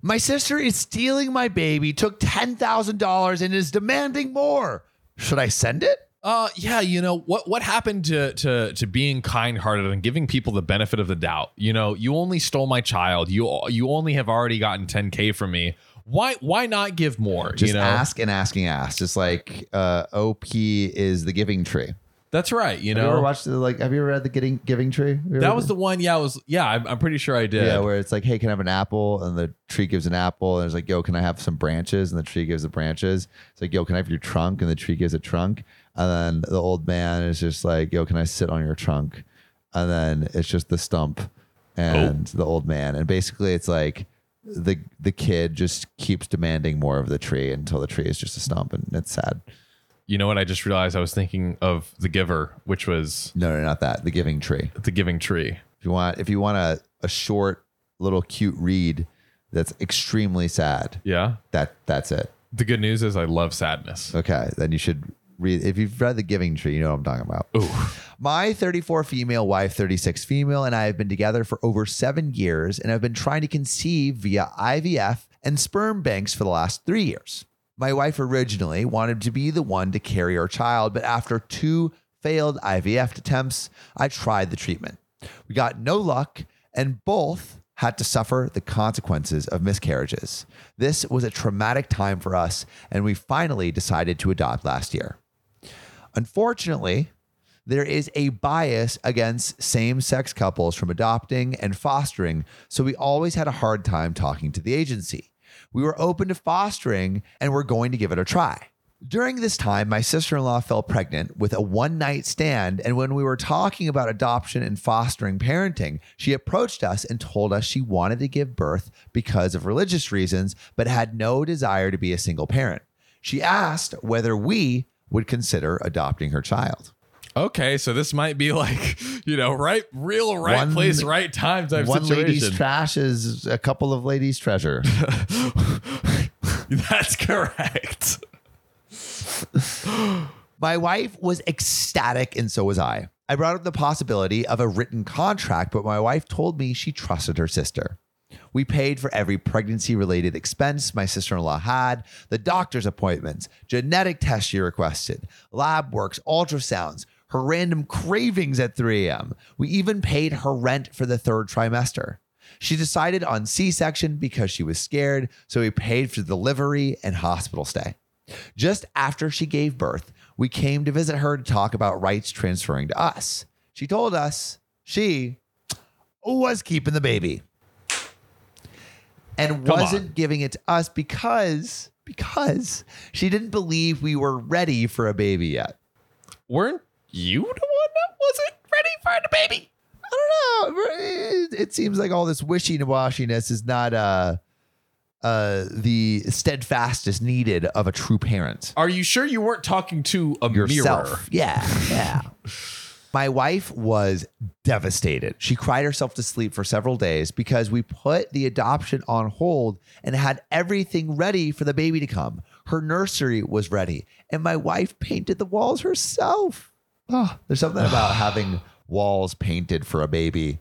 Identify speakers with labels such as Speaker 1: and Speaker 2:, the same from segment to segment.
Speaker 1: My sister is stealing my baby, took $10,000 and is demanding more. Should I send it?
Speaker 2: Uh, yeah, you know what what happened to to to being kind-hearted and giving people the benefit of the doubt. You know, you only stole my child. You you only have already gotten 10k from me. Why why not give more?
Speaker 1: Just
Speaker 2: you know,
Speaker 1: ask and asking ask. Just like uh, OP is the giving tree.
Speaker 2: that's right. You
Speaker 1: Have you ever
Speaker 2: know,
Speaker 1: watched the like? Have you ever read the Getting Giving Tree? Have you
Speaker 2: that
Speaker 1: ever-
Speaker 2: was the one. Yeah, I was yeah. I'm, I'm pretty sure I did.
Speaker 1: yeah, where it's like, hey, can I have an apple? And the tree gives an apple, and it's like, yo, can I have some branches? And the tree gives the branches. It's like, yo, can I have your trunk? And the tree gives a trunk. And then the old man is just like, yo, can I sit on your trunk? And then it's just the stump and the old man, and basically it's like the the kid just keeps demanding more of the tree until the tree is just a stump, and it's sad.
Speaker 2: You know what? I just realized I was thinking of the giver, which was
Speaker 1: No, no, not that. The giving tree.
Speaker 2: the giving tree.
Speaker 1: If you want, if you want a, a short little cute read that's extremely sad,
Speaker 2: Yeah.
Speaker 1: that that's it.
Speaker 2: The good news is I love sadness.
Speaker 1: Okay, then you should read. If you've read The Giving Tree, you know what I'm talking about.
Speaker 2: Ooh.
Speaker 1: My 34 female wife, 36 female, and I have been together for over seven years and have been trying to conceive via IVF and sperm banks for the last three years. My wife originally wanted to be the one to carry our child, but after two failed IVF attempts, I tried the treatment. We got no luck and both had to suffer the consequences of miscarriages. This was a traumatic time for us, and we finally decided to adopt last year. Unfortunately, there is a bias against same sex couples from adopting and fostering, so we always had a hard time talking to the agency. We were open to fostering and were going to give it a try. During this time, my sister in law fell pregnant with a one night stand. And when we were talking about adoption and fostering parenting, she approached us and told us she wanted to give birth because of religious reasons, but had no desire to be a single parent. She asked whether we would consider adopting her child.
Speaker 2: Okay, so this might be like, you know, right real right
Speaker 1: One-
Speaker 2: place, right time type
Speaker 1: one lady's
Speaker 2: situation.
Speaker 1: trash is a couple of ladies' treasure.
Speaker 2: That's correct.
Speaker 1: My wife was ecstatic, and so was I. I brought up the possibility of a written contract, but my wife told me she trusted her sister. We paid for every pregnancy related expense my sister in law had, the doctor's appointments, genetic tests she requested, lab works, ultrasounds, her random cravings at 3 a.m. We even paid her rent for the third trimester. She decided on C section because she was scared, so we paid for delivery and hospital stay. Just after she gave birth, we came to visit her to talk about rights transferring to us. She told us she was keeping the baby and
Speaker 2: Come on.
Speaker 1: wasn't giving it to us because because she didn't believe we were ready for a baby yet.
Speaker 2: Weren't you the one that wasn't ready for the baby?
Speaker 1: I don't know. It, it seems like all this wishy washiness is not uh uh the steadfastest needed of a true parent.
Speaker 2: Are you sure you weren't talking to a mirror?
Speaker 1: yourself. Yeah, yeah. My wife was devastated. She cried herself to sleep for several days because we put the adoption on hold and had everything ready for the baby to come. Her nursery was ready, and my wife painted the walls herself. Oh, there's something about having walls painted for a baby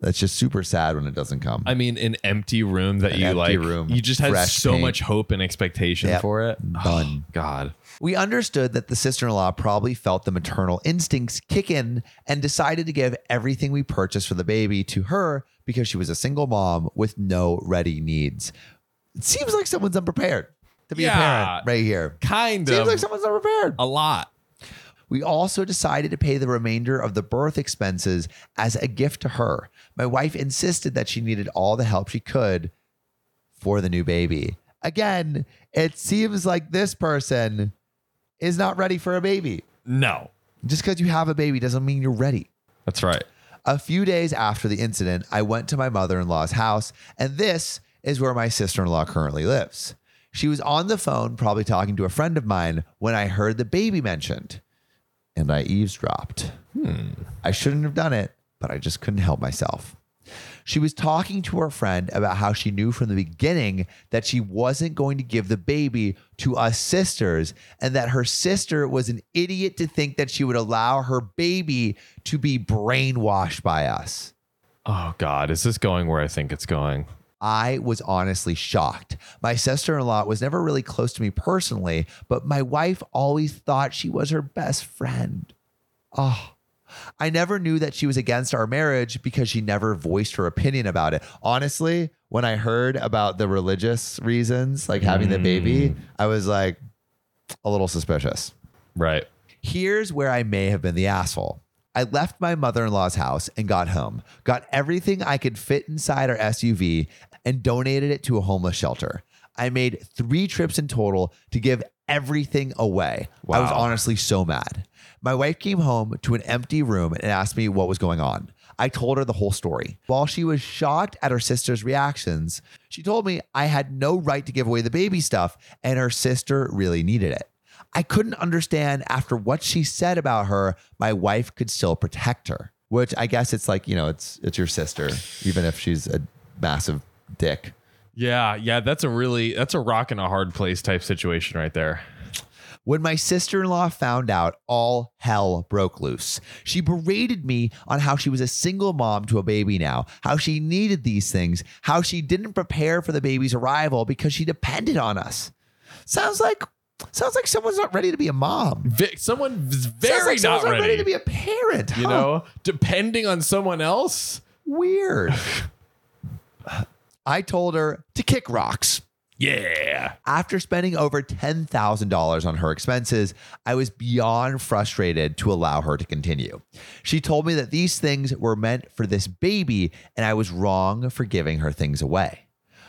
Speaker 1: that's just super sad when it doesn't come.
Speaker 2: I mean, an empty room that
Speaker 1: An
Speaker 2: you
Speaker 1: empty
Speaker 2: like.
Speaker 1: room,
Speaker 2: you just had
Speaker 1: fresh
Speaker 2: so
Speaker 1: paint.
Speaker 2: much hope and expectation
Speaker 1: Yep,
Speaker 2: for it. Oh,
Speaker 1: none.
Speaker 2: God.
Speaker 1: We understood that the sister in law probably felt the maternal instincts kick in and decided to give everything we purchased for the baby to her because she was a single mom with no ready needs. It seems like someone's unprepared to be
Speaker 2: Yeah.
Speaker 1: a parent right here.
Speaker 2: Kind
Speaker 1: Seems
Speaker 2: of
Speaker 1: like someone's unprepared.
Speaker 2: a lot.
Speaker 1: We also decided to pay the remainder of the birth expenses as a gift to her. My wife insisted that she needed all the help she could for the new baby. Again, it seems like this person is not ready for a baby.
Speaker 2: No.
Speaker 1: Just because you have a baby doesn't mean you're ready.
Speaker 2: That's right.
Speaker 1: A few days after the incident, I went to my mother in law's house, and this is where my sister in law currently lives. She was on the phone, probably talking to a friend of mine, when I heard the baby mentioned, and I eavesdropped. I shouldn't have done it, but I just couldn't help myself. She was talking to her friend about how she knew from the beginning that she wasn't going to give the baby to us sisters and that her sister was an idiot to think that she would allow her baby to be brainwashed by us.
Speaker 2: Oh God, is this going where I think it's going?
Speaker 1: I was honestly shocked. My sister in law was never really close to me personally, but my wife always thought she was her best friend. Oh, I never knew that she was against our marriage because she never voiced her opinion about it. Honestly, when I heard about the religious reasons, like having the baby, I was like a little suspicious.
Speaker 2: Right.
Speaker 1: Here's where I may have been the asshole. I left my mother in law's house and got home, got everything I could fit inside our SUV, and donated it to a homeless shelter. I made three trips in total to give everything away. I was
Speaker 2: Wow.
Speaker 1: honestly so mad. My wife came home to an empty room and asked me what was going on. I told her the whole story. While she was shocked at her sister's reactions, she told me I had no right to give away the baby stuff and her sister really needed it. I couldn't understand after what she said about her, my wife could still protect her. Which I guess it's like, you know, it's it's your sister, even if she's a massive dick.
Speaker 2: Yeah. Yeah. That's a really that's a rock in a hard place type situation right there.
Speaker 1: When my sister in law found out, all hell broke loose. She berated me on how she was a single mom to a baby now, how she needed these things, how she didn't prepare for the baby's arrival because she depended on us. Sounds like sounds like someone's not ready to be a mom.
Speaker 2: Vi- someone is
Speaker 1: Sounds
Speaker 2: very
Speaker 1: like someone's
Speaker 2: not ready.
Speaker 1: to be a parent.
Speaker 2: you
Speaker 1: huh?
Speaker 2: know, depending on someone else.
Speaker 1: Weird. I told her to kick rocks.
Speaker 2: Yeah.
Speaker 1: After spending over $10,000 on her expenses, I was beyond frustrated to allow her to continue. She told me that these things were meant for this baby, and I was wrong for giving her things away.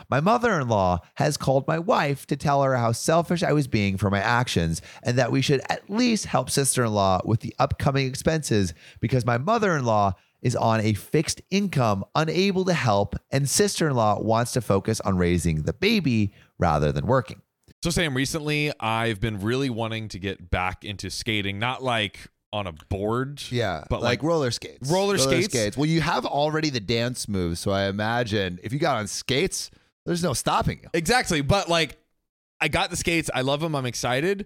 Speaker 1: My mother in law has called my wife to tell her how selfish I was being for my actions and that we should at least help sister in law with the upcoming expenses because my mother in law is on a fixed income, unable to help, and sister in law wants to focus on raising the baby rather than working.
Speaker 2: So Sam, recently I've been really wanting to get back into skating, not like on a board.
Speaker 3: Yeah,
Speaker 2: But like,
Speaker 3: roller skates.
Speaker 2: roller skates?
Speaker 3: Well, you have already the dance moves, so I imagine if you got on skates, there's no stopping you.
Speaker 2: Exactly. But like, I got the skates. I love them. I'm excited.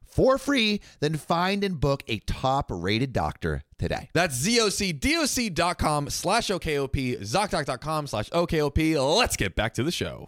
Speaker 3: for free. Then find and book a top rated doctor today.
Speaker 2: That's zocdoc.com slash OKOP, ZocDoc.com slash OKOP. Let's get back to the show.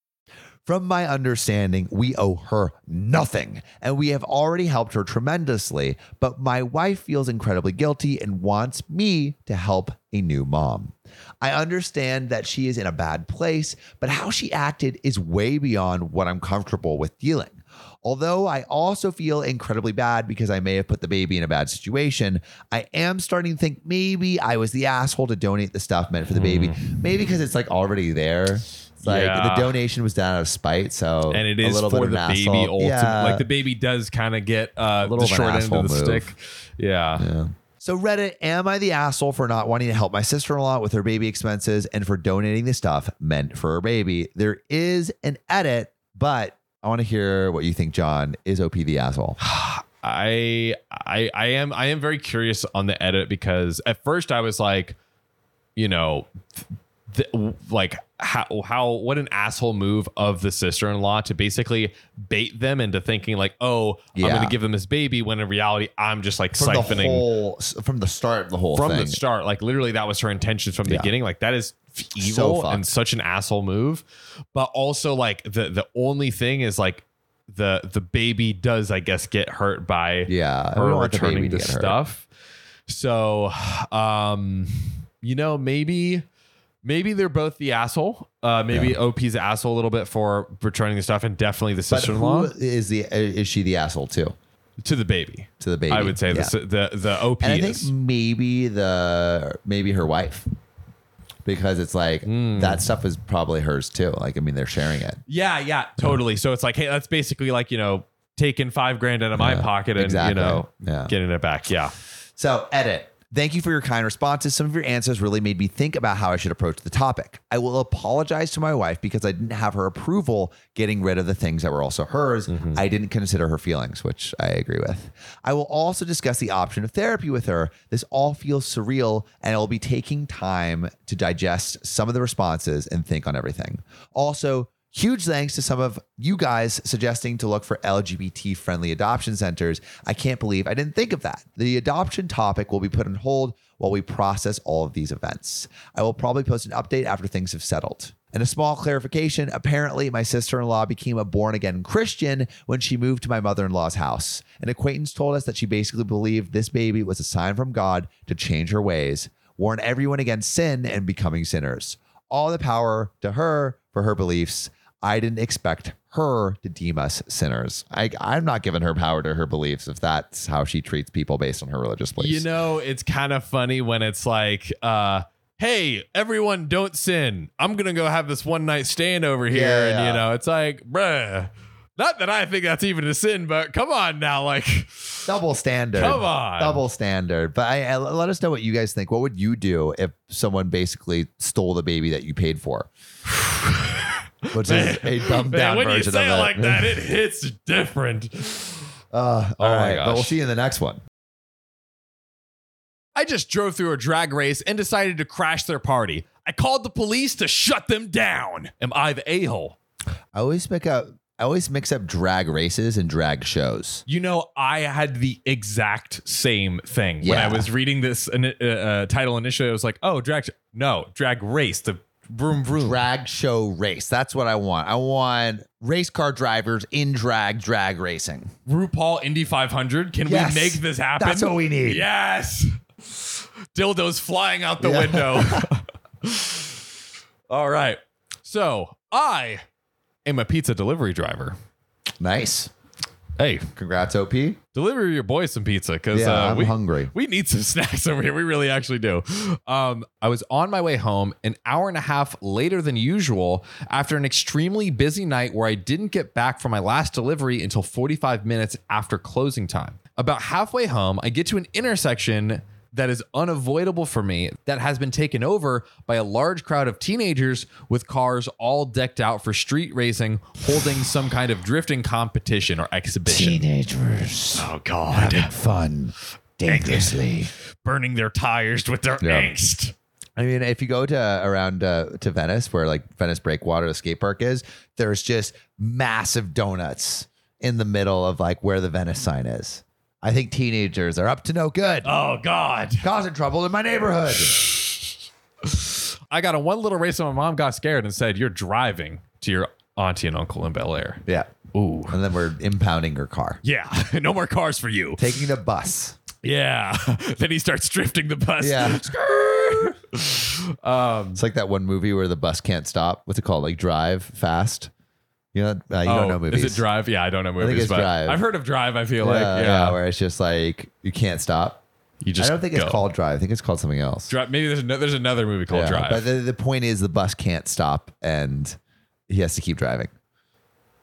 Speaker 1: From my understanding, we owe her nothing, and we have already helped her tremendously. But my wife feels incredibly guilty and wants me to help a new mom. I understand that she is in a bad place, but how she acted is way beyond what I'm comfortable with dealing. Although I also feel incredibly bad because I may have put the baby in a bad situation, I am starting to think maybe I was the asshole to donate the stuff meant for the baby. Maybe because it's like already there. It's like
Speaker 2: Yeah.
Speaker 1: the donation was done out of spite, so
Speaker 2: and it
Speaker 1: a
Speaker 2: is
Speaker 1: little bit
Speaker 2: for
Speaker 1: of
Speaker 2: the
Speaker 1: an
Speaker 2: baby
Speaker 1: asshole.
Speaker 2: ultimately.
Speaker 1: Yeah.
Speaker 2: Like the baby does kind of get uh,
Speaker 1: little
Speaker 2: the
Speaker 1: of an
Speaker 2: short end of the
Speaker 1: asshole move.
Speaker 2: stick. Yeah.
Speaker 1: So Reddit, am I the asshole for not wanting to help my sister-in-law with her baby expenses and for donating the stuff meant for her baby? There is an edit, but I want to hear what you think, John. Is OP the asshole?
Speaker 2: I I I am I am very curious on the edit because at first I was like, you know, th- th- like how how what an asshole move of the sister-in-law to basically bait them into thinking like, oh, I'm
Speaker 1: Yeah.
Speaker 2: going to give them this baby when in reality I'm just like
Speaker 1: from the
Speaker 2: siphoning
Speaker 1: whole from the start of the whole
Speaker 2: from
Speaker 1: thing.
Speaker 2: the start. Like literally, that was her intention from the
Speaker 1: Yeah.
Speaker 2: beginning. Like that is f-
Speaker 1: So
Speaker 2: evil
Speaker 1: fucked.
Speaker 2: and such an asshole move. But also, like the the only thing is like the the baby does, I guess, get hurt by
Speaker 1: Yeah, we
Speaker 2: her
Speaker 1: don't want the
Speaker 2: returning
Speaker 1: baby to
Speaker 2: the
Speaker 1: get hurt.
Speaker 2: stuff. So, um, you know, maybe. Maybe they're both the asshole. Uh, maybe OP's the asshole a little bit for returning the stuff, and definitely the
Speaker 1: But
Speaker 2: sister-in-law
Speaker 1: who is the is she the asshole too
Speaker 2: to the baby.
Speaker 1: to the baby?
Speaker 2: I would say
Speaker 1: Yeah.
Speaker 2: the, the the OP
Speaker 1: And I
Speaker 2: is.
Speaker 1: think maybe the maybe her wife because it's like that stuff is probably hers too. Like I mean, they're sharing it.
Speaker 2: Yeah, yeah, totally. So it's like, hey, that's basically like, you know, taking five grand out of my pocket and,
Speaker 1: exactly.
Speaker 2: you know,
Speaker 1: Yeah.
Speaker 2: getting it back. Yeah.
Speaker 1: So, edit. Thank you for your kind responses. Some of your answers really made me think about how I should approach the topic. I will apologize to my wife because I didn't have her approval getting rid of the things that were also hers. I didn't consider her feelings, which I agree with. I will also discuss the option of therapy with her. This all feels surreal, and I'll be taking time to digest some of the responses and think on everything. Also, Huge thanks to some of you guys suggesting to look for LGBT friendly adoption centers. I can't believe I didn't think of that. The adoption topic will be put on hold while we process all of these events. I will probably post an update after things have settled. And a small clarification apparently, my sister in law became a born again Christian when she moved to my mother in law's house. An acquaintance told us that she basically believed this baby was a sign from God to change her ways, warn everyone against sin and becoming sinners all the power to her for her beliefs. I didn't expect her to deem us sinners. I, I'm not giving her power to her beliefs if that's how she treats people based on her religious beliefs.
Speaker 2: You know, it's kind of funny when it's like, uh, hey, everyone don't sin. I'm going to go have this one night stand over here.
Speaker 1: Yeah,
Speaker 2: and, you
Speaker 1: yeah.
Speaker 2: know, it's like, bruh, not that I think that's even a sin, but come on now. Like,
Speaker 1: double standard.
Speaker 2: Come on.
Speaker 1: double standard. But I, I- let us know what you guys think. What would you do if someone basically stole the baby that you paid for? Which is a dumbed
Speaker 2: man,
Speaker 1: down
Speaker 2: when you
Speaker 1: version
Speaker 2: say
Speaker 1: of
Speaker 2: it
Speaker 1: it.
Speaker 2: like that, it hits different.
Speaker 1: Uh, all
Speaker 2: my
Speaker 1: right, but we'll
Speaker 2: gosh.
Speaker 1: see you in the next one.
Speaker 2: I just drove through a drag race and decided to crash their party. I called the police to shut them down. Am I the a hole?
Speaker 1: I always pick up. I always mix up drag races and drag shows.
Speaker 2: You know, I had the exact same thing when I
Speaker 1: Yeah.
Speaker 2: was reading this uh, uh, title initially. I was like, "Oh, drag, no, drag race, the vroom vroom."
Speaker 1: drag show race. That's what I want. I want race car drivers in drag, drag racing.
Speaker 2: RuPaul Indy 500. Can
Speaker 1: Yes.
Speaker 2: we make this happen?
Speaker 1: That's what we need.
Speaker 2: Yes. Dildos flying out the
Speaker 1: Yeah.
Speaker 2: window. All right. So I am a pizza delivery driver.
Speaker 1: Nice.
Speaker 2: Hey,
Speaker 1: Congrats, OP. Yeah,
Speaker 2: deliver your boy some pizza because uh,
Speaker 1: I'm
Speaker 2: we,
Speaker 1: hungry.
Speaker 2: we need some snacks over here. We really actually do. Um, I was on my way home an hour and a half later than usual after an extremely busy night where I didn't get back from my last delivery until 45 minutes after closing time. About halfway home, I get to an intersection that is unavoidable for me that has been taken over by a large crowd of teenagers with cars all decked out for street racing holding some kind of drifting competition or exhibition
Speaker 1: Teenagers. Oh God, having fun dangerously.
Speaker 2: burning their tires with their
Speaker 1: Yeah.
Speaker 2: angst
Speaker 1: I mean, if you go to around uh, to Venice, where like Venice Breakwater, the skate park is, there's just massive donuts in the middle of like where the Venice sign is. I think teenagers are up to no good,
Speaker 2: oh god
Speaker 1: causing trouble in my neighborhood.
Speaker 2: I got on one little race and my mom got scared and said, You're driving to your auntie and uncle in Bel Air.
Speaker 1: yeah,
Speaker 2: Ooh.
Speaker 1: and then we're impounding your car.
Speaker 2: Yeah. no more cars for you.
Speaker 1: taking the bus.
Speaker 2: Yeah. then he starts drifting the bus.
Speaker 1: Yeah.
Speaker 2: Skrrr. um,
Speaker 1: It's like that one movie where the bus can't stop. What's it called? Like Drive Fast. You know, uh, you
Speaker 2: oh,
Speaker 1: don't know movies.
Speaker 2: Is it Drive? Yeah, I don't know movies,
Speaker 1: it's
Speaker 2: but
Speaker 1: Drive.
Speaker 2: I've heard of Drive, I feel
Speaker 1: Yeah,
Speaker 2: like.
Speaker 1: yeah,
Speaker 2: Yeah.
Speaker 1: where it's just like you can't stop.
Speaker 2: you just
Speaker 1: I don't think
Speaker 2: go.
Speaker 1: it's called Drive. I think it's called something else.
Speaker 2: Drive. Maybe there's, ano- there's another movie called
Speaker 1: Yeah,
Speaker 2: Drive.
Speaker 1: But the, the point is, the bus can't stop, and he has to keep driving.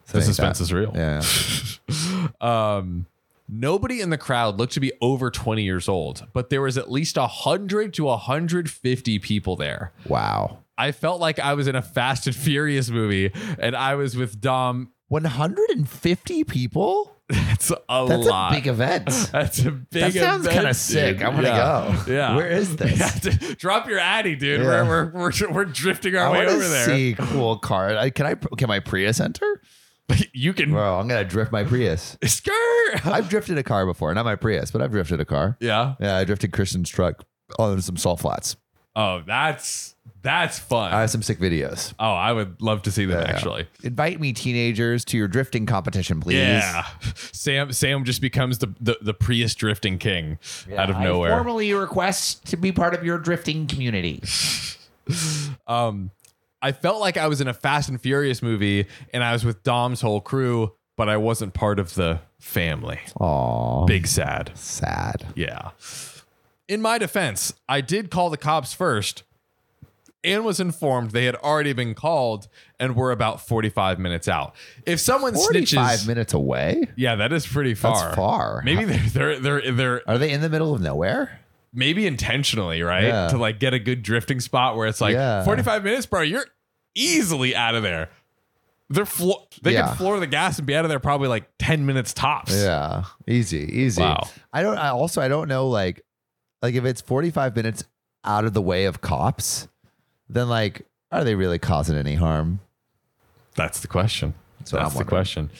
Speaker 2: the
Speaker 1: Something like
Speaker 2: suspense
Speaker 1: that.
Speaker 2: is real.
Speaker 1: Yeah.
Speaker 2: Um, nobody in the crowd looked to be over 20 years old, but there was at least 100 to 150 people there.
Speaker 1: Wow.
Speaker 2: I felt like I was in a Fast and Furious movie and I was with Dom.
Speaker 1: 150 people.
Speaker 2: That's a
Speaker 1: That's
Speaker 2: lot.
Speaker 1: a big event.
Speaker 2: That's a
Speaker 1: That
Speaker 2: big.
Speaker 1: sounds
Speaker 2: event,
Speaker 1: kinda sick.
Speaker 2: dude.
Speaker 1: I wanna
Speaker 2: Yeah.
Speaker 1: go.
Speaker 2: Yeah.
Speaker 1: Where is this?
Speaker 2: Yeah, d- Drop your Addy, dude.
Speaker 1: Yeah.
Speaker 2: We're, we're, we're we're drifting our
Speaker 1: I
Speaker 2: way
Speaker 1: want
Speaker 2: over
Speaker 1: to
Speaker 2: there.
Speaker 1: see cool car. I, can I? Can my Prius enter?
Speaker 2: You can
Speaker 1: Bro, I'm gonna drift my Prius.
Speaker 2: skirt.
Speaker 1: I've drifted a car before, not my Prius, but I've drifted a car.
Speaker 2: yeah.
Speaker 1: Yeah, I drifted Christian's truck on some salt flats.
Speaker 2: Oh, that's that's fun.
Speaker 1: I have some sick videos.
Speaker 2: oh, I would love to see them
Speaker 1: Yeah.
Speaker 2: actually.
Speaker 1: Invite me, teenagers, to your drifting competition, please.
Speaker 2: Yeah. Sam Sam just becomes the the, the Prius drifting king out of nowhere.
Speaker 4: formally request to be part of your drifting community.
Speaker 2: um I felt like I was in a Fast and Furious movie and I was with Dom's whole crew, but I wasn't part of the family.
Speaker 1: Oh. Aw,
Speaker 2: Big sad.
Speaker 1: sad.
Speaker 2: Yeah. In my defense, I did call the cops first and was informed they had already been called and were about 45 minutes out. If someone
Speaker 1: Forty-five
Speaker 2: snitches
Speaker 1: minutes away.
Speaker 2: Yeah, that is pretty far.
Speaker 1: That's far.
Speaker 2: Maybe they're they're they're, they're
Speaker 1: Are they in the middle of nowhere?
Speaker 2: maybe intentionally, right?
Speaker 1: Yeah.
Speaker 2: To like get a good drifting spot where it's like
Speaker 1: Yeah.
Speaker 2: 45 minutes, bro, you're easily out of there. They're flo- they
Speaker 1: Yeah.
Speaker 2: can floor the gas and be out of there probably like 10 minutes tops.
Speaker 1: Yeah, easy, easy.
Speaker 2: Wow.
Speaker 1: I don't. I also I don't know like like if it's forty five minutes out of the way of cops, then like are they really causing any harm?
Speaker 2: That's the question. That's,
Speaker 1: what I'm
Speaker 2: the
Speaker 1: wondering.
Speaker 2: question.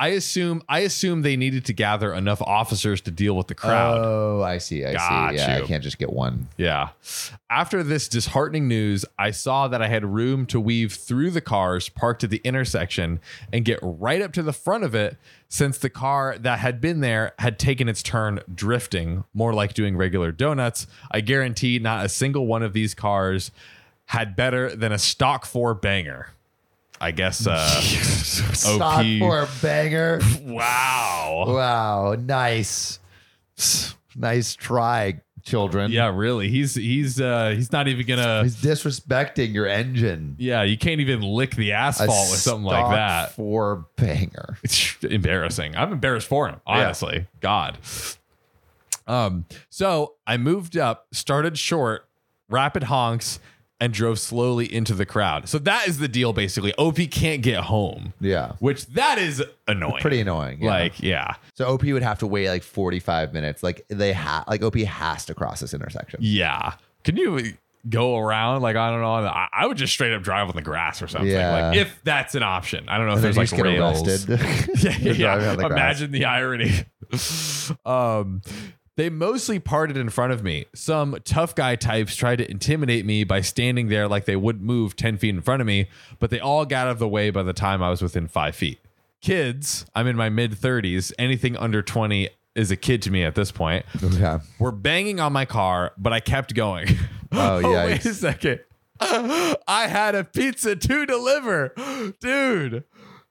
Speaker 2: I assume I assume they needed to gather enough officers to deal with the crowd.
Speaker 1: Oh, I see. I
Speaker 2: Got
Speaker 1: see. Yeah,
Speaker 2: you.
Speaker 1: I can't just get one.
Speaker 2: Yeah. After this disheartening news, I saw that I had room to weave through the cars parked at the intersection and get right up to the front of it since the car that had been there had taken its turn drifting, more like doing regular donuts. I guarantee not a single one of these cars had better than a stock four banger. I guess uh
Speaker 1: Stop for a banger.
Speaker 2: Wow.
Speaker 1: wow, nice, nice try, children.
Speaker 2: Yeah, really. He's he's uh he's not even gonna
Speaker 1: he's disrespecting your engine.
Speaker 2: Yeah, you can't even lick the asphalt with something like that.
Speaker 1: for banger.
Speaker 2: It's embarrassing. I'm embarrassed for him, honestly. God. Um, so I moved up, started short, rapid honks, and drove slowly into the crowd. So that is the deal, basically. OP can't get home,
Speaker 1: Yeah,
Speaker 2: which that is annoying.
Speaker 1: pretty annoying. yeah.
Speaker 2: Like, yeah.
Speaker 1: So OP would have to wait like 45 minutes. Like they ha like OP has to cross this intersection.
Speaker 2: Yeah. Can you go around? Like, I don't know. I, I would just straight up drive on the grass or something.
Speaker 1: Yeah.
Speaker 2: Like, if that's an option. I don't know if
Speaker 1: And then
Speaker 2: there's
Speaker 1: you
Speaker 2: like
Speaker 1: just get
Speaker 2: rails.
Speaker 1: arrested.
Speaker 2: yeah, yeah,
Speaker 1: You're driving
Speaker 2: yeah.
Speaker 1: on the grass.
Speaker 2: Imagine the irony. um, they mostly parted in front of me. Some tough guy types tried to intimidate me by standing there like they wouldn't move 10 feet in front of me, but they all got out of the way by the time I was within five feet. Kids, I'm in my mid 30s. Anything under 20 is a kid to me at this point.
Speaker 1: Yeah.
Speaker 2: We're banging on my car, but I kept going.
Speaker 1: Oh,
Speaker 2: wait a
Speaker 1: yikes.
Speaker 2: second. I had a pizza to deliver. Dude,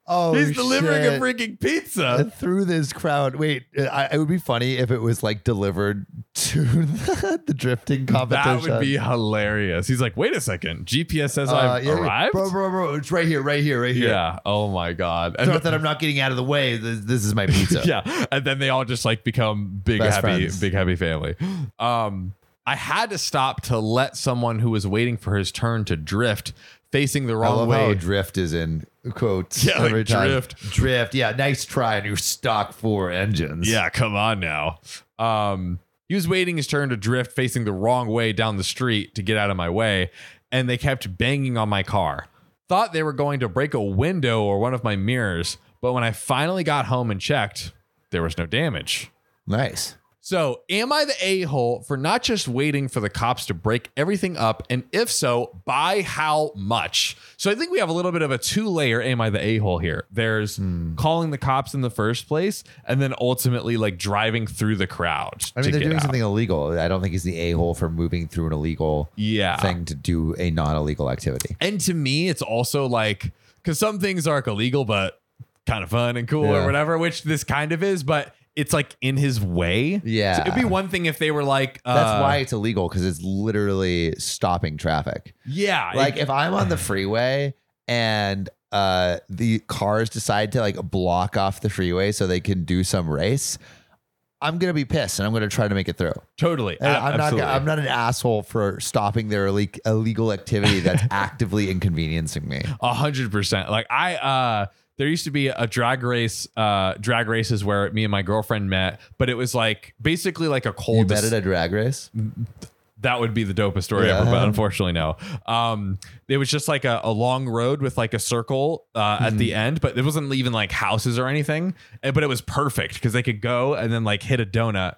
Speaker 1: Oh,
Speaker 2: he's delivering
Speaker 1: shit.
Speaker 2: a freaking pizza.
Speaker 1: Uh, through this crowd. Wait, I, it would be funny if it was like delivered to the, drifting competition.
Speaker 2: That would be hilarious. He's like, wait a second. GPS says
Speaker 1: Uh,
Speaker 2: I've
Speaker 1: yeah,
Speaker 2: arrived?
Speaker 1: Bro, bro, bro, it's right here, right here, right here.
Speaker 2: Yeah. Oh my God.
Speaker 1: It's
Speaker 2: And
Speaker 1: Not that I'm not getting out of the way. This, this is my pizza.
Speaker 2: yeah. And then they all just like become big
Speaker 1: Best
Speaker 2: happy,
Speaker 1: friends.
Speaker 2: big happy family. Um, I had to stop to let someone who was waiting for his turn to drift facing the
Speaker 1: I
Speaker 2: wrong
Speaker 1: love how
Speaker 2: way.
Speaker 1: drift is in quotes.
Speaker 2: Yeah, like
Speaker 1: every time.
Speaker 2: drift.
Speaker 1: Drift. Yeah. Nice try on your stock four engines.
Speaker 2: Yeah, come on now. Um, he was waiting his turn to drift facing the wrong way down the street to get out of my way, and they kept banging on my car. Thought they were going to break a window or one of my mirrors, but when I finally got home and checked, there was no damage.
Speaker 1: Nice.
Speaker 2: So, am I the a hole for not just waiting for the cops to break everything up? And if so, by how much? So, I think we have a little bit of a two layer am I the a hole here. There's
Speaker 1: Hmm.
Speaker 2: calling the cops in the first place and then ultimately like driving through the crowd.
Speaker 1: I mean,
Speaker 2: to
Speaker 1: they're
Speaker 2: get
Speaker 1: doing
Speaker 2: out.
Speaker 1: something illegal. I don't think he's the a hole for moving through an illegal
Speaker 2: Yeah.
Speaker 1: thing to do a non illegal activity.
Speaker 2: And to me, it's also like, because some things are illegal, but kind of fun and cool or
Speaker 1: Yeah.
Speaker 2: whatever, which this kind of is, but it's like in his way.
Speaker 1: Yeah.
Speaker 2: So it'd be one thing if they were like, uh,
Speaker 1: That's why it's illegal because it's literally stopping traffic.
Speaker 2: Yeah.
Speaker 1: Like if I'm on the freeway and uh the cars decide to like block off the freeway so they can do some race, I'm gonna be pissed and I'm gonna try to make it through.
Speaker 2: totally.
Speaker 1: And
Speaker 2: A-
Speaker 1: I'm not
Speaker 2: absolutely.
Speaker 1: I'm not an asshole for stopping their ille- illegal activity that's actively inconveniencing me.
Speaker 2: A hundred percent. Like I uh there used to be a drag race, uh, drag races where me and my girlfriend met, but it was like basically like a
Speaker 1: You
Speaker 2: cold.
Speaker 1: bet at a drag race.
Speaker 2: that would be the dopest story
Speaker 1: Yeah.
Speaker 2: ever, but unfortunately, no. Um, it was just like a, a long road with like a circle uh, at
Speaker 1: Mm-hmm.
Speaker 2: the end, but it wasn't even like houses or anything. And- But it was perfect because they could go and then like hit a donut.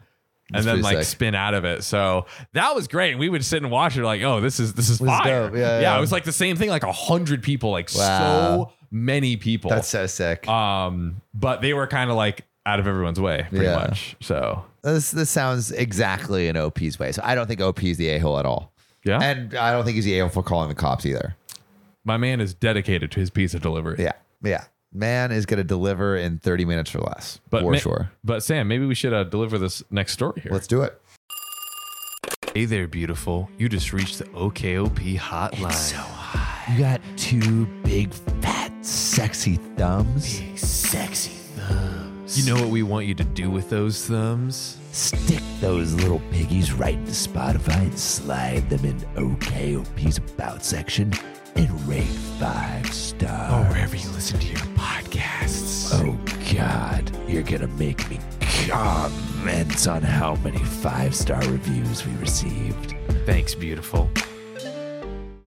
Speaker 1: That's
Speaker 2: And then
Speaker 1: pretty
Speaker 2: like
Speaker 1: sick.
Speaker 2: spin out of it, so that was great. And we would sit and watch it, like, oh, this is this is
Speaker 1: This is
Speaker 2: fire.
Speaker 1: dope. Yeah, yeah.
Speaker 2: it was like the same thing, like a hundred people, like so
Speaker 1: Wow.
Speaker 2: many people.
Speaker 1: That's so sick.
Speaker 2: um, but they were kind of like out of everyone's way, pretty
Speaker 1: Yeah.
Speaker 2: much. So
Speaker 1: This this sounds exactly in OP's way. So I don't think OP is the a hole at all.
Speaker 2: Yeah.
Speaker 1: and I don't think he's the a hole for calling the cops either.
Speaker 2: my man is dedicated to his pizza delivery.
Speaker 1: Yeah, yeah. Man is gonna deliver in thirty minutes or less,
Speaker 2: But
Speaker 1: for
Speaker 2: ma-
Speaker 1: sure.
Speaker 2: But Sam, maybe we should uh, deliver this next story here.
Speaker 1: Let's do it.
Speaker 5: Hey there, beautiful. You just reached the OKOP hotline. so hot.
Speaker 1: You got two big, fat, sexy thumbs.
Speaker 5: Sexy thumbs. You know what we want you to do with those thumbs?
Speaker 1: Stick those little piggies right into Spotify and slide them in OKOP's About section and rate five stars.
Speaker 5: Oh, Wherever you listen to your podcasts.
Speaker 1: Oh God, you're gonna make me comments on how many five star reviews we received.
Speaker 5: Thanks, beautiful.